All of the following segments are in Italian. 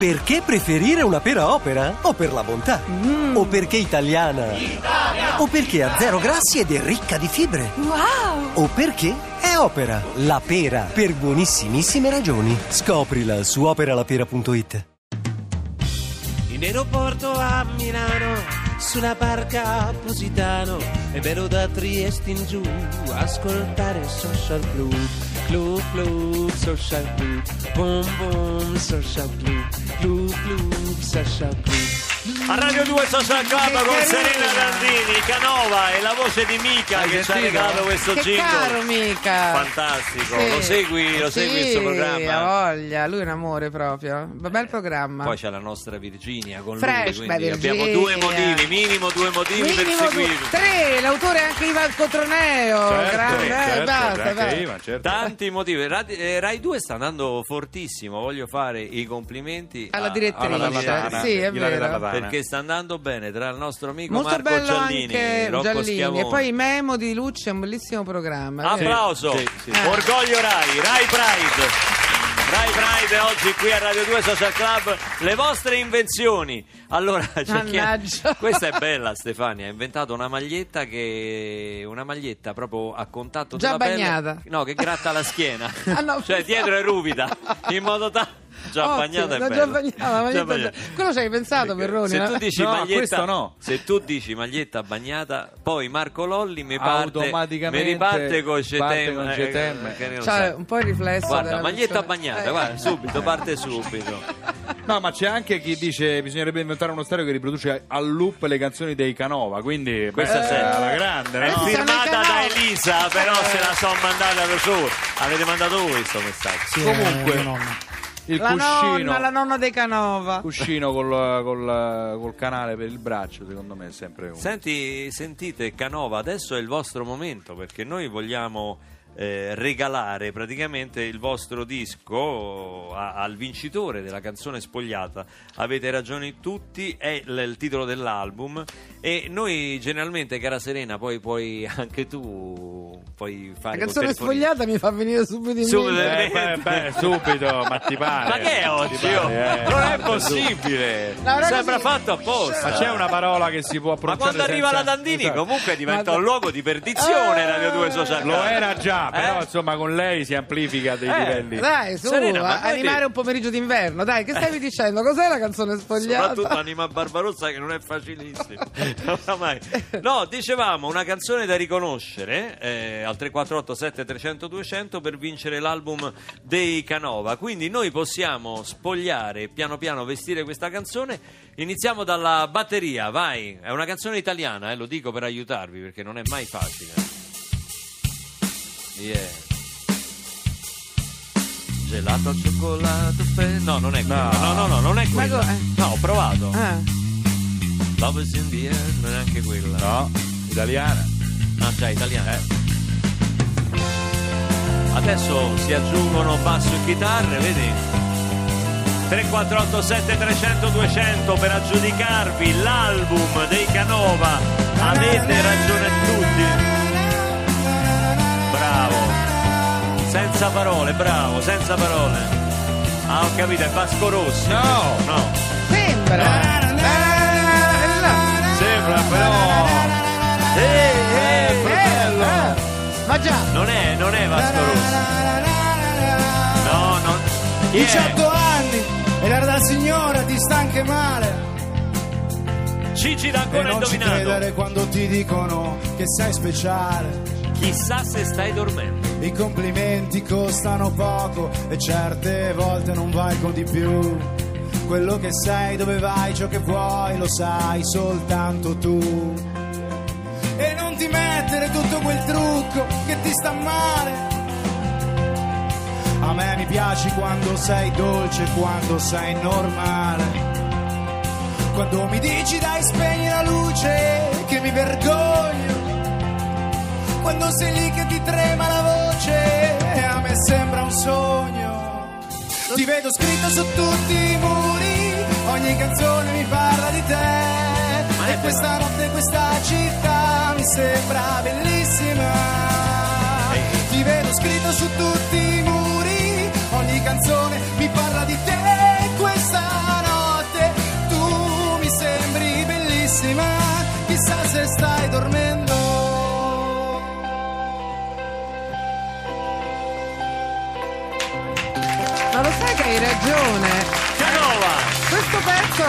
Perché preferire una pera opera? O per la bontà? O perché italiana? O perché ha zero grassi ed è ricca di fibre? Wow! O perché è opera? La pera, per buonissimissime ragioni. Scoprila su operalapera.it. In aeroporto a Milano, sulla barca a Positano, e vero da Trieste in giù, ascoltare Social Club, Club Club Social Club, Boom Boom Social Club, Club Club Social Club. A Radio 2 Social Club con Serena Dandini, Canova e la voce di Mica Hai che ci ha sentito? regalato questo Che jingle. caro mica. Fantastico, Sì. lo segui, lo segui Sì, eh, oh. questo ha programma. voglia, lui è un amore proprio. Un Bel programma. Poi c'è la nostra Virginia con Fresh, lui, quindi beh, abbiamo Virginia. due motivi, minimo due motivi per Minimo due- seguirvi. tre, l'autore è anche Ivan Cotroneo. Certo, grande, eh, certo, basta, anche basta. Ivan, certo. Tanti motivi, Radi- eh, Rai 2 sta andando fortissimo, voglio fare i complimenti Alla a- direttrice, alla Lavana, sì, è Ilaria vero. Lavana. Perché sta andando bene tra il nostro amico Molto Marco bello Giallini, anche Rocco Giallini. Schiavone. E poi Memo di Lucci è un bellissimo programma. vero? Applauso, Sì, sì, sì. orgoglio Rai, Rai Pride. Rai Pride oggi qui a Radio 2 Social Club, le vostre invenzioni. Allora, c'è chi- Mannaggia. questa è bella Stefania, ha inventato una maglietta che una maglietta proprio a contatto Già della pelle. bagnata. No, che gratta la schiena. Ah, no, cioè no. dietro è ruvida, in modo tale già Ottimo, bagnata è no, bella. già bagnata, la maglietta Già bagnata. già- Quello ci hai pensato, Perroni. Se no? tu dici No, maglietta, questo no. se tu dici maglietta bagnata, poi Marco Lolli mi parte Automaticamente mi riparte con parte Cetem, con Cioè, eh, Cetem. che non C'ha sa. Cioè, un po' il riflesso. Guarda, della maglietta persona. bagnata, Eh. guarda, subito, parte subito. No, ma c'è anche chi dice bisognerebbe inventare uno stereo che riproduce a loop le canzoni dei Canova, quindi Questa beh, sì. alla Ah, grande, È Eh. no? Eh. Sì. firmata Canova. da Elisa, però se la sono mandata da su. Avete mandato voi questo messaggio. eh, Comunque, il La nonna, la cuscino, nonna dei Canova. cuscino col, col- col canale per il braccio, secondo me è sempre uno. Senti, sentite, Canova, adesso è il vostro momento perché noi vogliamo eh, regalare praticamente il vostro disco a- al vincitore della canzone spogliata. Avete ragione tutti, è l- il titolo dell'album e noi generalmente, cara Serena, poi puoi anche tu puoi La fare col canzone telefonino. spogliata mi fa venire subito in Subito. mente. Eh, beh, beh, subito, ma ti pare. Ma che è oggi? Ti pare, eh. oh? Non è possibile! No, non è Sembra così. fatto apposta! Ma c'è una parola che si può Ma pronunciare quando arriva la senza- Dandini Esatto. Ah! comunque diventa Ma- un luogo di perdizione Radio 2 Social Lo Club. era già, però Eh? insomma con lei si amplifica dei Eh, livelli. Dai, su, Serena, ma a- poi animare ti- un pomeriggio d'inverno. Dai, che stavi dicendo? Cos'è la canzone Soprattutto spogliata? Anima Barbarossa che non è facilissimo. Oramai. No, dicevamo una canzone da riconoscere eh, al 348 7300 200 per vincere l'album dei Canova. Quindi noi possiamo spogliare piano piano vestire questa canzone. Iniziamo dalla batteria, vai. È una canzone italiana, eh, lo dico per aiutarvi perché non è mai facile. Yeah. Gelato al cioccolato fe- No, non è quella. No, no, no, non è Ma quella. co- eh. No, ho provato. Ah, Love is in the air, non è anche quella. No, italiana. No, già, italiana. Eh. Adesso si aggiungono basso e chitarre, vedi? 3487 300 200 per aggiudicarvi l'album dei Canova. Avete ragione tutti. Bravo. Senza parole, bravo, senza parole. Ah, ho capito, è Vasco Rossi. No. No. Sembra. Ah, Ah, Eh, là. Sembra però. Eh, eh, Fratello. Eh, eh. Ma già, Non è, non è Vasco Rossi. No, no. Chi è? 18 anni e la da signora ti sta anche male Gigi da e ancora Eh, non ci indovinato. credere quando ti dicono che sei speciale Chissà se stai dormendo. i complimenti costano poco e certe volte non valgono di più quello che sei, dove vai, ciò che vuoi lo sai soltanto tu e non ti mettere tutto quel trucco che ti sta male a me mi piaci quando sei dolce, quando sei normale quando mi dici dai spegni la luce che mi vergogno quando sei lì che ti trema la voce a me sembra un sogno ti vedo scritto su tutti i muri ogni canzone mi parla di Ma te è e questa notte questa città mi sembra bellissima ti vedo scritto su tutti i muri ogni canzone mi parla di te e questa se stai dormendo. Ma lo sai che hai ragione? Canova Questo pezzo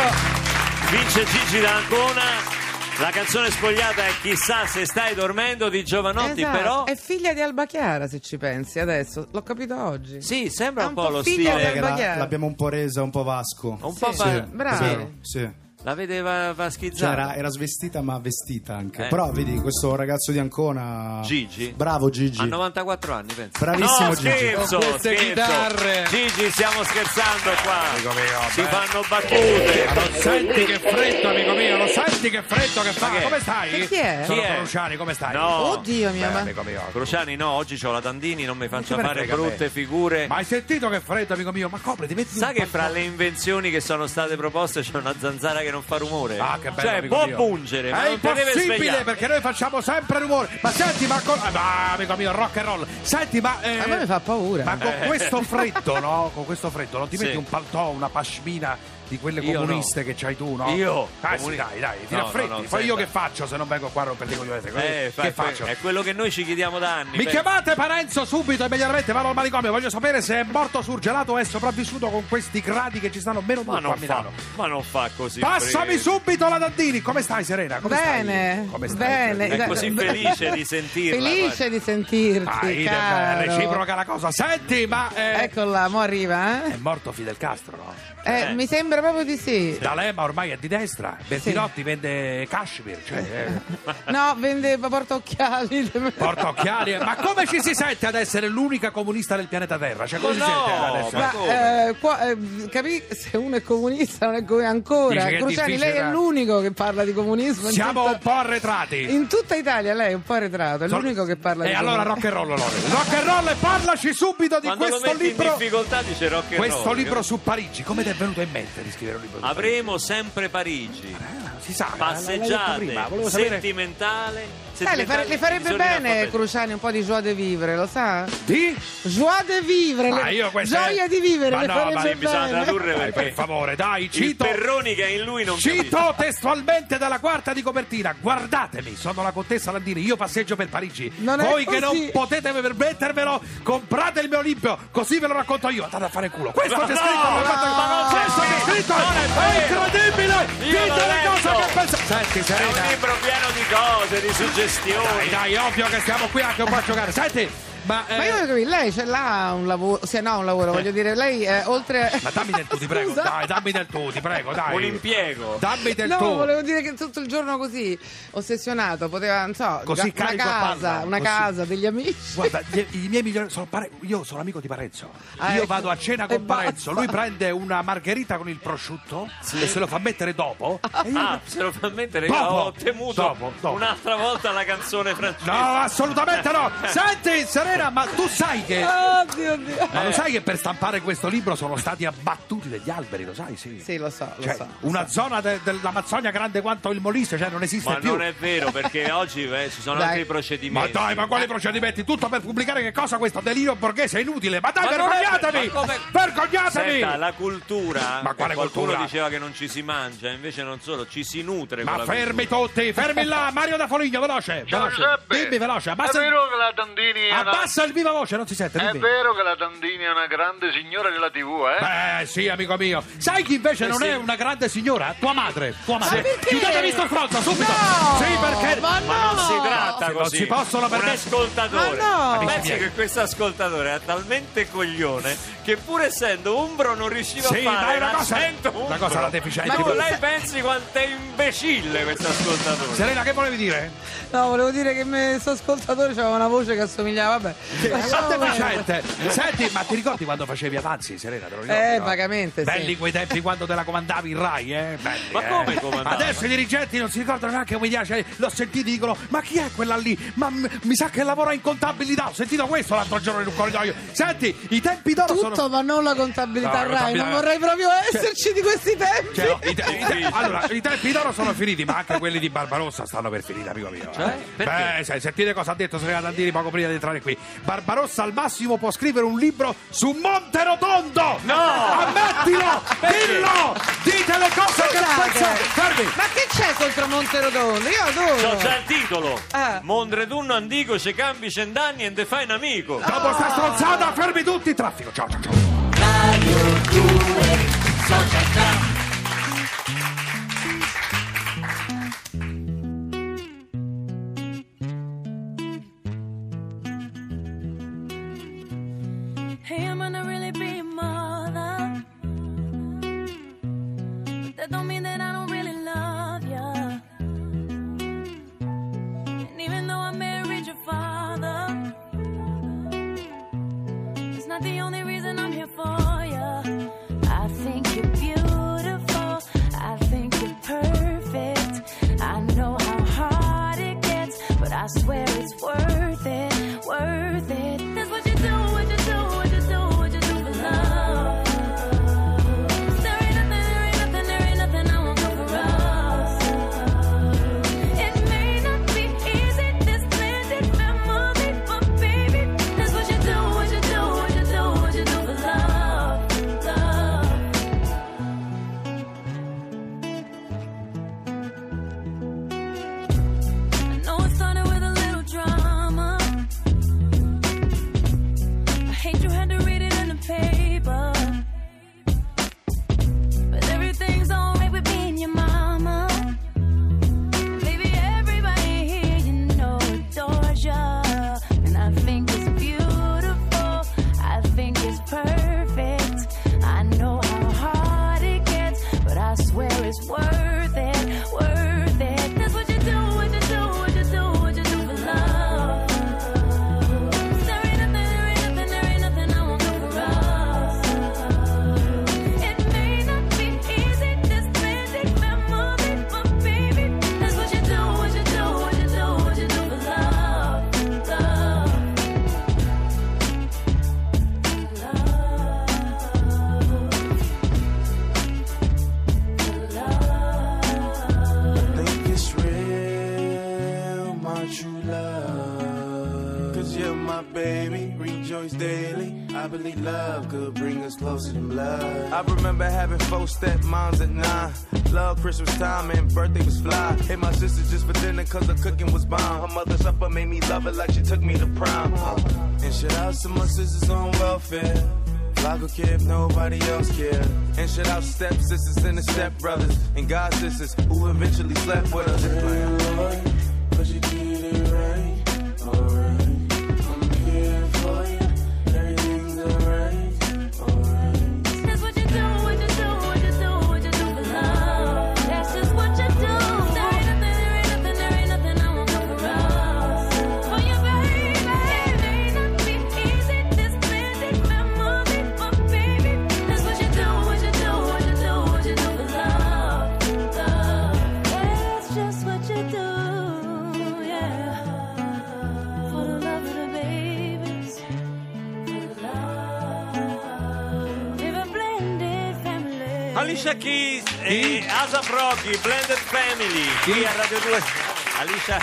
vince Gigi D'Ancona. La canzone spogliata è Chissà se stai dormendo di Giovanotti, esatto, però. è figlia di Alba Chiara, se ci pensi adesso. L'ho capito oggi. Sì, sembra è un, un po' po' lo figlia stile. del- Perché la- sbagliato. l'abbiamo un po' resa, un po' vasco. Un po' Sì, fa- bravi. Vero, sì. La vedeva Cioè, vaschizzata. era, era svestita ma vestita anche. Esatto. Eh. Però vedi, questo ragazzo di Ancona... Gigi? Bravo Gigi. A 94 anni, penso. Bravissimo no, Gigi. scherzo, Con queste scherzo. chitarre. Gigi, stiamo scherzando qua. mio, Si beh. fanno battute. Lo senti che freddo, amico mio, lo senti che freddo che fa? Ma che è? Come stai? Chi è? Sono Chi è? Cruciani, come stai? No. Oddio mia Beh, ma. amico mio. Cruciani, no, oggi c'ho la Dandini, non mi faccia me ne fare frega a me. brutte figure. Ma hai sentito che freddo, amico mio? Ma copriti, metti Sai Eh. che fra le invenzioni che sono state proposte c'è una zanzara che non fa rumore? Ah, che bello, cioè, amico può mio. pungere, ma È non ti deve impossibile svegliare. perché noi facciamo sempre rumore. Ma senti, ma con. ah, ma, amico mio, rock and roll. Senti, ma. eh, A me mi fa paura. Ma con questo freddo, no? Con questo freddo, non ti Eh. Sì. metti un paltò, una pashmina di quelle Io no. comuniste che c'hai tu, no? Io? Dai, Comuni- sì, dai, dai, ti No, raffreddi. no, no, Poi io senta. che faccio se non vengo qua a romperti con gli altri? Eh, fa- che faccio? È quello che noi ci chiediamo da anni. Mi penso. chiamate Parenzo subito, immediatamente vado al manicomio. Voglio sapere se è morto surgelato o è sopravvissuto con questi gradi che ci stanno meno due Ma qua a non, fa, Milano. ma non fa così. Passami Fred. subito la Dandini. Come stai, Serena? Come Bene, stai? Come stai? bene. È eh, così felice di sentirla, guarda. Ah, Felice di sentirti, caro. Dai, Ecco. è Ah, eh, reciproca la cosa. Senti, ma eh, Eccola, mo arriva, eh? è morto Fidel Castro, no? Eh, Eh. Mi sembra proprio di sì. D'Alema ormai è di destra. Bertinotti vende Kashmir, cioè eh, No, vende porta occhiali. porta occhiali. Ma come ci si sente ad essere l'unica comunista del pianeta Terra? Cioè, come Ma si no, sente ad essere? ma- Ma, come? eh, qua- eh, capì se uno è comunista non è come ancora. Dice che è Cruciani, difficile, lei è dai. l'unico che parla di comunismo. in Siamo tutta- un po' arretrati. In tutta Italia lei è un po' arretrato, è l'unico che parla E di Eh, allora rock and roll, Lore. Rock and roll e parlaci subito di Quando lo questo metti in libro. difficoltà dice rock and Questo roll, libro capito? su Parigi, come ti è venuto in mente di scrivere un libro? su Avremo sempre Parigi. Parigi? si sa, Ah, eh? l'hai detto Passeggiate, prima, volevo sapere- Eh, sentimentale. Sai, Eh, le, fare- sentimentale, le farebbe bisogna bene alfabeto. Cruciani un po' di joie de vivre, lo sa? Di? Joie de vivre, Ma le- io questa- gioia di vivere, Ma le no, ma farebbe Bisogna bene. tradurre Dai, per perché favore, dai, Eh, il cito. Perroni che è in lui non Cito capisce. testualmente dalla quarta di copertina, guardatemi, sono la contessa Landini, io passeggio per Parigi. Non è Voi che così. non potete permettervelo, comprate il mio libro, così ve lo racconto io. Andate a fare culo. Questo c'è scritto, no, nella quarta- ma non c'è questo c'è scritto, scritto, non è è vero. incredibile. Eh, Io l'ho Dite le cose letto. che pensate. È Senti, un Serena, libro pieno di cose, di dai, suggestioni. dai, ovvio che stiamo qui anche un po' a giocare. Senti, ma... eh, Ma io voglio capire, lei ce l'ha un lavoro, se no un lavoro, voglio dire, lei eh, oltre... ma dammi del tu, ti prego, Scusa. dai, dammi del tu, ti prego, dai. Un impiego. Dammi del No, tu. volevo dire che tutto il giorno così, ossessionato, poteva, non so, Così una carico a casa, palla, una così. casa, degli amici. Guarda, gli- i miei migliori sono Pare- io sono amico di Parenzo. Ah, io ecco. vado a cena E con basta. Parenzo, lui prende una margherita con il prosciutto e se lo fa mettere dopo. E io- Ah, se lo fa mettere, Dopo, ho ottenuto dopo, dopo. un'altra volta la canzone francese. No, assolutamente no! Senti, Serena, ma tu sai che Eh. Oddio, oddio. ma lo sai che per stampare questo libro sono stati abbattuti degli alberi, lo sai, sì. Sì, lo so, lo Cioè, so. una zona de- dell'Amazzonia grande quanto il Molise, cioè non esiste Ma più. non è vero, perché oggi eh, ci sono Dai. altri Ma procedimenti. dai, ma quali procedimenti? Tutto per pubblicare che cosa questo delirio borghese è inutile. Ma dai, Ma non è- vergognatevi! ma come- Vergognatevi! Senta, la cultura. eh, Ma quale qualcuno cultura? diceva che non ci si mangia, invece non solo, ci si nutre. con Ma la fermi cultura. tutti, fermi là, Mario da Foligno, veloce, Ciao veloce. Giuseppe. Dimmi veloce, abbassa, È il- vero che la Dandini è una... abbassa il viva voce, non si sente, È dimmi. vero che la Dandini è una grande signora della TV, eh? Eh sì, amico mio. Sai chi invece Eh, non è una grande signora? Tua madre, tua madre. perché? Chiudetevi sto fronzo, subito. No! Sì, perché Ma Ma non no! si tratta Se non così. si possono Un permettere- ascoltatore. Ma no! Pensi che questo ascoltatore era talmente coglione che pur essendo umbro non riusciva Sì, a fare dai, una cosa- l'accento una umbro. cosa la deficiente. Ma tu Ma lei sa- pensi quanto è imbecille questo ascoltatore? Serena, che volevi dire? No, volevo dire che questo ascoltatore aveva una voce che assomigliava, vabbè. Lasciamo Quante perdere. facette? Senti, ma ti ricordi quando facevi avanzi, Serena? Te lo ricordi, Eh, no? vagamente, sì. Belli quei tempi quando te la comandavi in Rai, eh? Belli, Ma eh. come comandava? Adesso i dirigenti non si ricordano neanche come piace. l'ho sentito e dicono, ma chi è quella lì? Ma m- mi sa che lavora in contabilità, ho sentito questo l'altro giorno in un corridoio. Senti, i tempi d'oro Tutto, sono... ma non la contabilità No, la Rai, contabilità- non vorrei proprio esserci di questi tempi. Cioè, no, i te- i te- allora, i tempi d'oro sono finiti, ma anche quelli di Barbarossa stanno per finire, amico mio. eh. Perché? Beh, sai, sentite cosa ha detto Serena Dandini poco prima di entrare qui. Barbarossa al massimo può scrivere un libro su Monte Rotondo! No! Ammettilo! Dillo! Dite le cose che Scusate. pensa! Fermi! Ma che c'è contro Monterotondo. Io adoro. C'ho Cioè, già il titolo. Ah. Mondretunno antico, ci cambi cent'anni e te fai un amico. Ah. Dopo sta stronzata, fermi tutti, traffico. Ciao, ciao, ciao. Hey, I'm gonna really be your mother. But that don't mean that I don't really love ya. And even though I married your father, it's not the only reason I'm here for ya. I think you're beautiful. I think you're perfect. I know how hard it gets, but I swear it's worth it, worth it. That's what you do, what you do, what you do, what you do for love. There ain't nothing, there ain't nothing, there ain't nothing I won't do for us. It may not be easy, this blended family, but baby, that's what you do, what you do, what you do, what you do for love, love. I know it started with a little drama. I hate you had to read it in the paper. But everything's alright with me and your mama. Baby, everybody here, you know, adores ya. And I think it's beautiful. I think it's perfect. I know how hard it gets, but I swear it's worth it, worth it. That's what you do, what you do, what you do, what you do for love. There ain't nothing, there ain't nothing, there ain't nothing I won't do for us. It may not be easy, this blended memory, but baby, that's what you do, what you do, what you do, what you do for love, love. think it's real, my true love. Cause you're my baby, rejoice daily. I believe love could bring us closer than blood. I remember having four step moms at nine. Love Christmas time and birthday was fly. Hit my sister just for dinner cause the cooking was bomb. Her mother's supper made me love her like she took me to prom. And shout out to my sisters on welfare. Like a kid, nobody else care. And shout out step sisters and the step brothers and god sisters who eventually slept with us. But you did it right, alright. I'm here for you. Everything's alright, alright. That's what you do, what you do, what you do, what you do for love. That's just what you do. There ain't nothing, there ain't nothing, there ain't nothing I won't do for us. For you, baby, it may not be easy, this blended memory, but baby, that's what you do, what you do, what you do, what you do for love, love. That's just what you do, yeah. For the love of the babies. Alicia Keys e Asap Rocky, Blended Family, qui a Radio 2. Alicia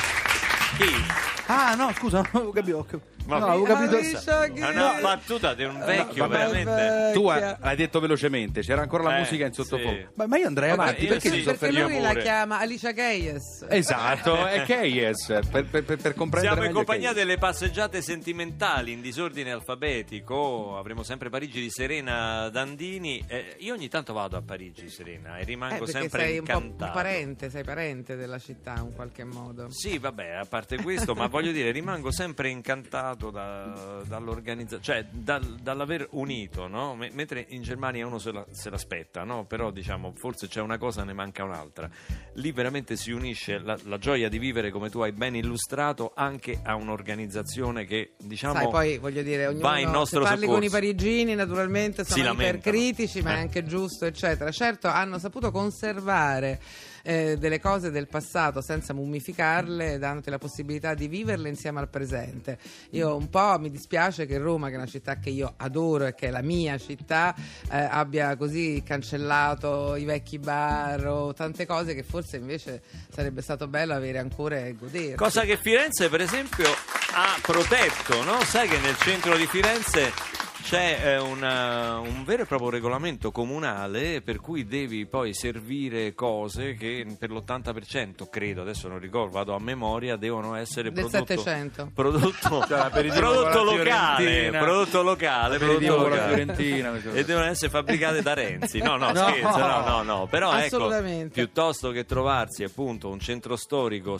Keys. Ah, no, scusa, non avevo capito. ho cap- cioè, Ma no, avevo capito. Alicia Keys. È una battuta di un vecchio, Vabbè, veramente. Tu vecchia. eh, l'hai detto velocemente, c'era ancora la Eh, musica in sì. sottofondo. Ma, ma io andrei Vabbè, avanti, io perché sì. ci Eh, Perché Fermiamo lui la pure. chiama Alicia Keyes. Esatto, è Keyes, per, per, per, per comprendere Siamo in meglio compagnia Keyes. delle passeggiate sentimentali in disordine alfabetico. Avremo sempre Parigi di Serena Dandini. Eh, io ogni tanto vado a Parigi, Serena, e Eh, rimango perché sempre sei un po' incantato. parente, sei parente della città in qualche modo. Sì, vabbè, a parte questo, ma voglio dire, rimango sempre incantato da- dall'organizzazione, cioè dal- dall'aver unito, no? Me- mentre in Germania uno se, la- se l'aspetta, no? Però diciamo, forse c'è una cosa, ne manca un'altra. Lì veramente si unisce la, la gioia di vivere, come tu hai ben illustrato, anche a un'organizzazione che, diciamo... Sai, poi voglio dire, ognuno va in nostro se parli soccorso. con i parigini, naturalmente Si sono lamentano. ipercritici, ma Eh. è anche giusto, eccetera. Certo, hanno saputo conservare eh, delle cose del passato senza mummificarle, dandoti la possibilità di viverle insieme al presente. Io un po' mi dispiace che Roma, che è una città che io adoro e che è la mia città, eh, abbia così cancellato i vecchi bar o tante cose che forse invece sarebbe stato bello avere ancora e godere. Cosa che Firenze, per esempio, ha protetto, no? Sai che nel centro di Firenze c'è eh, una- un vero e proprio regolamento comunale per cui devi poi servire cose che per l'80% credo, adesso non ricordo, vado a memoria, devono essere Del prodotto 700 prodotto, Cioè, l'aperitivo prodotto con la locale, Fiorentina. prodotto locale, prodotto L'aperitivo con la locale. Fiorentina, queste cose. e devono essere fabbricate da Renzi. No, no, No. scherzo, no, no, no, però ecco, Assolutamente. piuttosto che trovarsi appunto un centro storico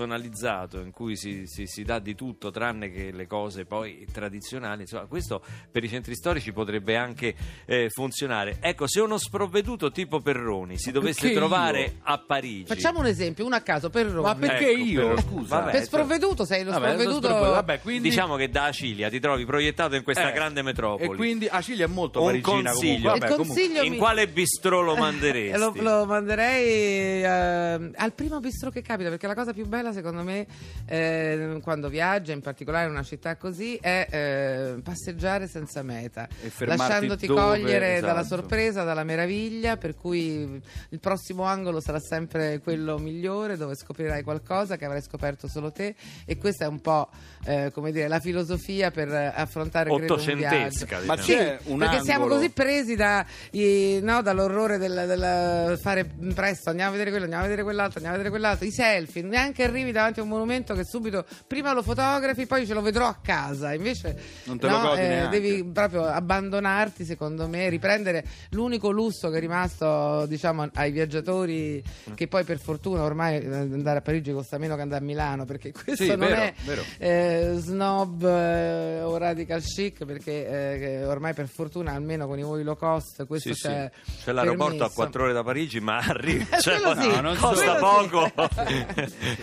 spersonalizzato in cui si, si- si dà di tutto tranne che le cose poi tradizionali, insomma, questo per i centri storici potrebbe anche eh, funzionare. Ecco, se uno sprovveduto tipo Perroni si dovesse Che io? trovare a Parigi Facciamo un esempio, uno a caso, per Roma. Ma perché Ecco, io? però- Scusa. vabbè, Per sprovveduto sei lo Vabbè, sprovveduto. adesso- vabbè, quindi... Diciamo che da Acilia ti trovi proiettato in questa eh, grande metropoli. E quindi Acilia è molto Un parigina consiglio. comunque. Vabbè, Il consiglio- comunque. io In mi- quale bistrò lo manderesti? Lo, lo manderei ehm, al primo bistro che capita, perché la cosa più bella, secondo me, ehm, quando viaggia, in particolare in una città così, è ehm, passeggiare senza meta, E fermarti lasciandoti dove, cogliere dalla esatto. sorpresa, dalla meraviglia, per cui il prossimo angolo sarà sempre quello migliore, dove scoprirai qualcosa che avrai scoperto solo te e questa è un po' eh, come dire, la filosofia per affrontare credo, un viaggio. Ottocentesca. Ma diciamo. Sì, c'è un perché siamo angolo- così presi da, eh, no, dall'orrore del, del fare presto, andiamo a vedere quello, andiamo a vedere quell'altro, andiamo a vedere quell'altro, i selfie, neanche arrivi davanti a un monumento che subito prima lo fotografi, poi ce lo vedrò a casa, invece eh, Non te lo godi neanche. devi proprio abbandonarti, secondo me, riprendere l'unico lusso che è rimasto diciamo, ai viaggiatori, Mm. che poi per fortuna ormai eh, andare a Parigi costa meno che andare a Milano, perché questo Sì, non vero, è vero. eh, snob eh, o radical chic perché eh, che ormai per fortuna almeno con i voli low cost questo Sì, sì. c'è C'è l'aeroporto a permesso. 4 ore da Parigi, ma arriva. Eh, cioè, quello poi- sì, No, non costa solo. poco.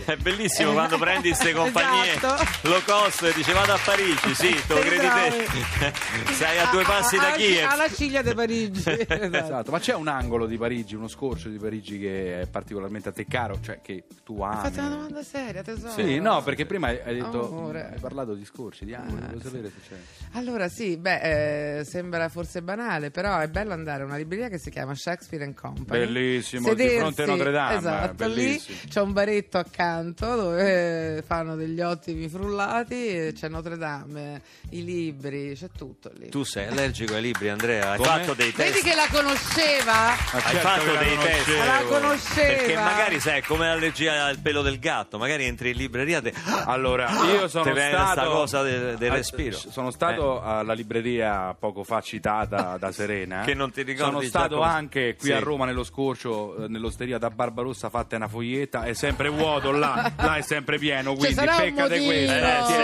È bellissimo Eh, quando prendi queste compagnie esatto. low cost e dici vado a Parigi. Sì, te lo Sei credi te. bravi. Ah, Sei a due passi da alla- Kiev. alla ciglia di Parigi Esatto. Esatto, ma c'è un angolo di Parigi, uno scorcio di Parigi che è particolarmente a te caro, cioè che tu Ah, ami. fate una domanda seria tesoro Sì, no, perché prima hai hai detto Amore. Eh, hai parlato di scorci, di angoli, volevo sapere se c'è. Allora sì, beh, eh, sembra forse banale, però è bello andare a una libreria che si chiama Shakespeare and Company. Bellissimo, di fronte a Notre Dame, Esatto, lì bellissimo. c'è un baretto accanto dove eh, fanno degli ottimi frullati, eh, c'è Notre Dame, eh, i libri, c'è tutto lì. Tu sei allergico ai libri, Andrea. Hai Come? fatto dei Vedi test. che la conosceva? Ma Hai certo fatto che la dei test. conoscevo. La conosceva. Perché magari sai, è come l'allergia al pelo del gatto, magari entri in libreria e Ah, Allora, io Te sono viene sta stato cosa del- del Ah, respiro. Eh. Sono stato alla libreria poco fa citata da Serena. eh. Che non ti ricordi Sono già stato cosa- anche qui Sì. a Roma nello scorcio eh, nell'osteria da Barbarossa fatta una foglietta, è sempre vuoto là, là è sempre pieno, quindi sarà un peccate motivo. questa. Eh,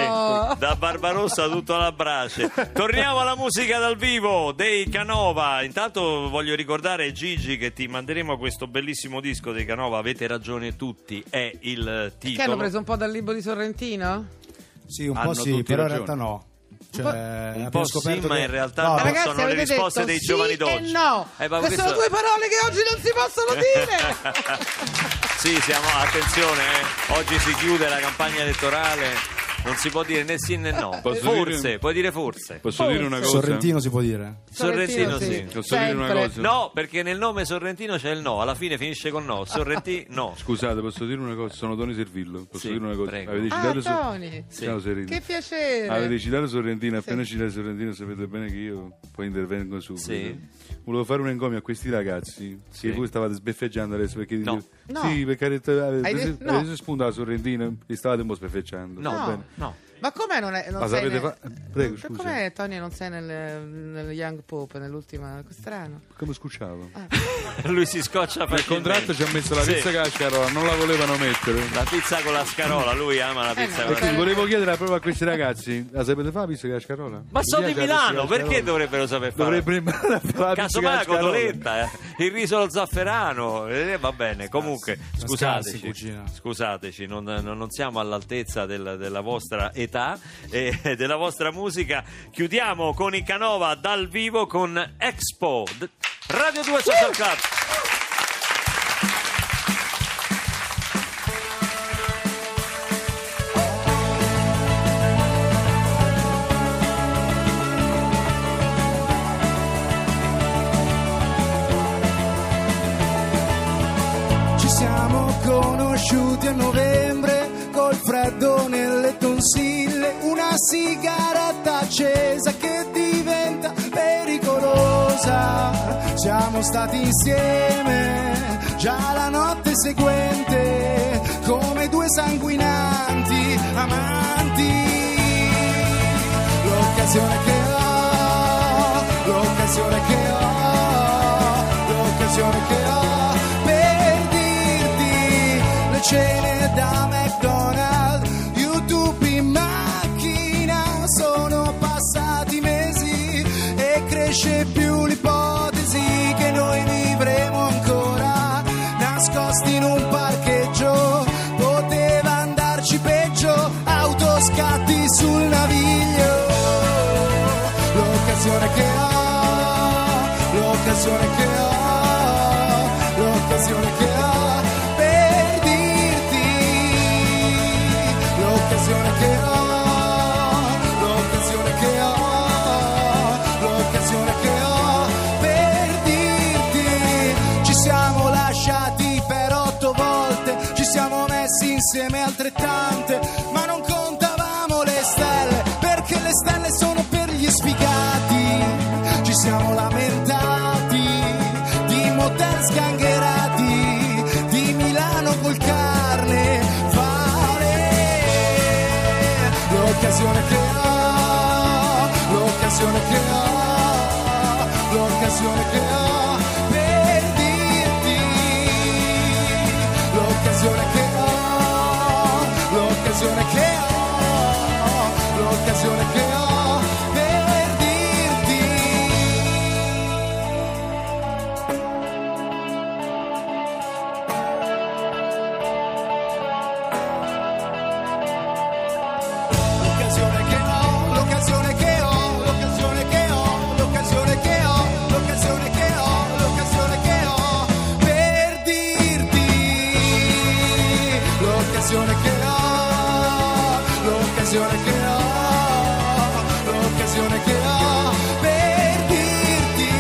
No. sì. Da Barbarossa tutto alla brace. Torniamo alla musica dal vivo dei Canova. Intanto voglio ricordare Gigi che ti manderemo questo bellissimo disco dei Canova. Avete ragione tutti, è il Che hanno titolo. preso un po' dal libro di Sorrentino? Sì, un Hanno po' sì, tutti però in ragione. realtà no. Cioè, po'- Un abbiamo po' sì, scoperto ma che- in realtà No, non perché- Ragazzi, Ah, sono le avete risposte detto dei sì giovani e d'oggi. no. Eh, ma Queste questo- sono due parole che oggi non si possono dire. Sì, siamo, attenzione, eh. oggi si chiude la campagna elettorale, non si può dire né sì né no. Posso forse, dire- puoi dire forse. Posso dire una cosa? Sorrentino si può dire. Sorrentino, sì. Posso dire una Sempre. cosa? No, perché nel nome Sorrentino c'è il no, alla fine finisce con no. Sorrentino, no. Scusate, posso dire una cosa? Sono Tony Servillo. Posso Sì, dire una cosa? prego. Avete Ah, citato Sor- Tony. Ciao Serena. Che piacere. Avete citato Sorrentino, appena citato Sorrentino sapete bene che io poi intervengo subito. Sì. Volevo fare un encomio a questi ragazzi Sì. che voi stavate sbeffeggiando adesso perché No. dite- No. Sì, perché avete, avete, Hai preso- detto- no. avete spunto la Sorrentino e stavate un po' sbeffeggiando. No, Va No. bene. no. Ma com'è non, è, non Ma sei sapete nel- fa- Prego, Ma scusa. Com'è Tony non sei nel, nel Young Pope, nell'ultima... Strano. Come scucciavo? Lui si scoccia per Il contratto ci ha messo la Sì. pizza con la scarola, non la volevano mettere. La pizza con la scarola, lui ama la pizza no, con la Perché Eh. volevo chiedere proprio a questi ragazzi, la sapete fare la pizza con la scarola? Ma Mi sono di piace la Milano, pizza con la perché scarola. dovrebbero saper fare? Dovrebbero imparare a fare la pizza con Casomai la la scarola. cotoletta, eh, il riso allo zafferano, eh, va bene. Comunque, scarsi scusateci, cucina. scusateci non, non- non siamo all'altezza del- della vostra età e della vostra musica. Chiudiamo con i Canova dal vivo con Expo, d- Radio 2 Social Club. Ci siamo conosciuti a novembre col freddo nelle tonsille, una sigaretta accesa che diventa siamo stati insieme già la notte seguente come due sanguinanti amanti l'occasione che ho l'occasione che ho l'occasione che ho per dirti le cene da McDonald's YouTube in macchina sono passati mesi e cresce più l'ipotesi che noi vivremo ancora nascosti in un parcheggio poteva andarci peggio autoscatti sul naviglio l'occasione che ho l'occasione che ho l'occasione che ho per dirti l'occasione che ho, l'occasione che ho, l'occasione che ho per dirti ci siamo lasciati per otto volte, ci siamo messi insieme altrettante, ma non contavamo le stelle perché le stelle sono per gli sfigati, ci siamo lamentati di motel sgangherati, di Milano col carnevale. L'occasione che ho, l'occasione che ho, l'occasione che ho per dirti. L'occasione che ho, l'occasione che ho, l'occasione che ho per dirti. L'occasione che ho, l'occasione che ho, l'occasione che ho, l'occasione che ho, l'occasione che ho, l'occasione che ho per dirti. L'occasione che ho, l'occasione che ho, l'occasione che ho per dirti.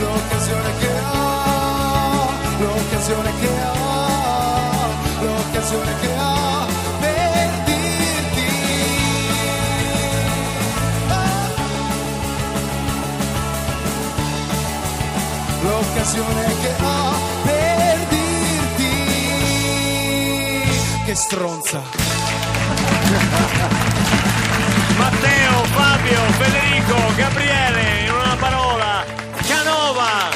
L'occasione che ho, l'occasione che ho, l'occasione che ho per dirti. Oh. L'occasione che ho per dirti che stronza. Matteo, Fabio, Federico, Gabriele, in una parola, Canova.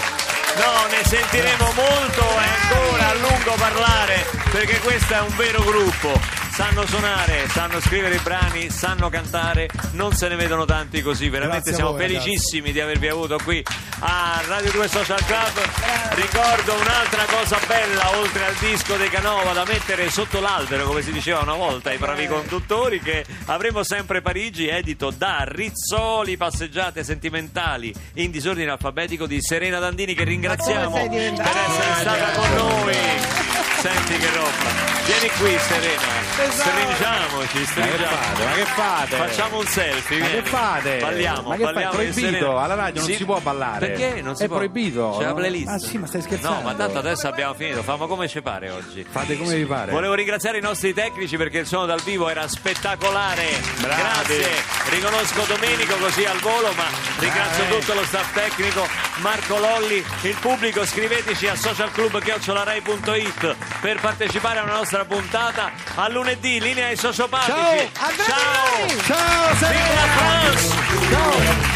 No, ne sentiremo molto e ancora a lungo parlare perché questo è un vero gruppo. Sanno suonare, sanno scrivere i brani, sanno cantare, non se ne vedono tanti così. Veramente Grazie a siamo voi, felicissimi di avervi avuto qui a Radio 2 Social Club. Ricordo un'altra cosa bella, oltre al disco dei Canova, da mettere sotto l'albero, come si diceva una volta ai bravi conduttori, che avremo sempre Parigi, edito da Rizzoli, passeggiate sentimentali in disordine alfabetico di Serena Dandini, che ringraziamo Ma come sei per essere diventata? stata con noi. Senti che roba. Vieni qui Serena, Esatto. stringiamoci, Ma che fate? Ma stringiamo. che fate? Facciamo un selfie. Ma che vieni. fate? Balliamo, Ma che fai? balliamo È proibito, in serena. alla radio non si può ballare. Perché? Non si È può. proibito, C'è la no? playlist. Ma Ah, sì, ma stai scherzando? No, ma tanto adesso abbiamo finito, famo come ci pare oggi. Fate come vi pare. Volevo ringraziare i nostri tecnici perché il suono dal vivo era spettacolare. Bravi. Grazie. Riconosco Domenico così al volo, ma ringrazio tutto lo staff tecnico, Marco Lolli, il pubblico. Scriveteci a socialclub.it per partecipare alla nostra puntata. A lunedì, linea ai sociopatici. A Ciao. domani! Ciao, Viva la Serena! France! Ciao!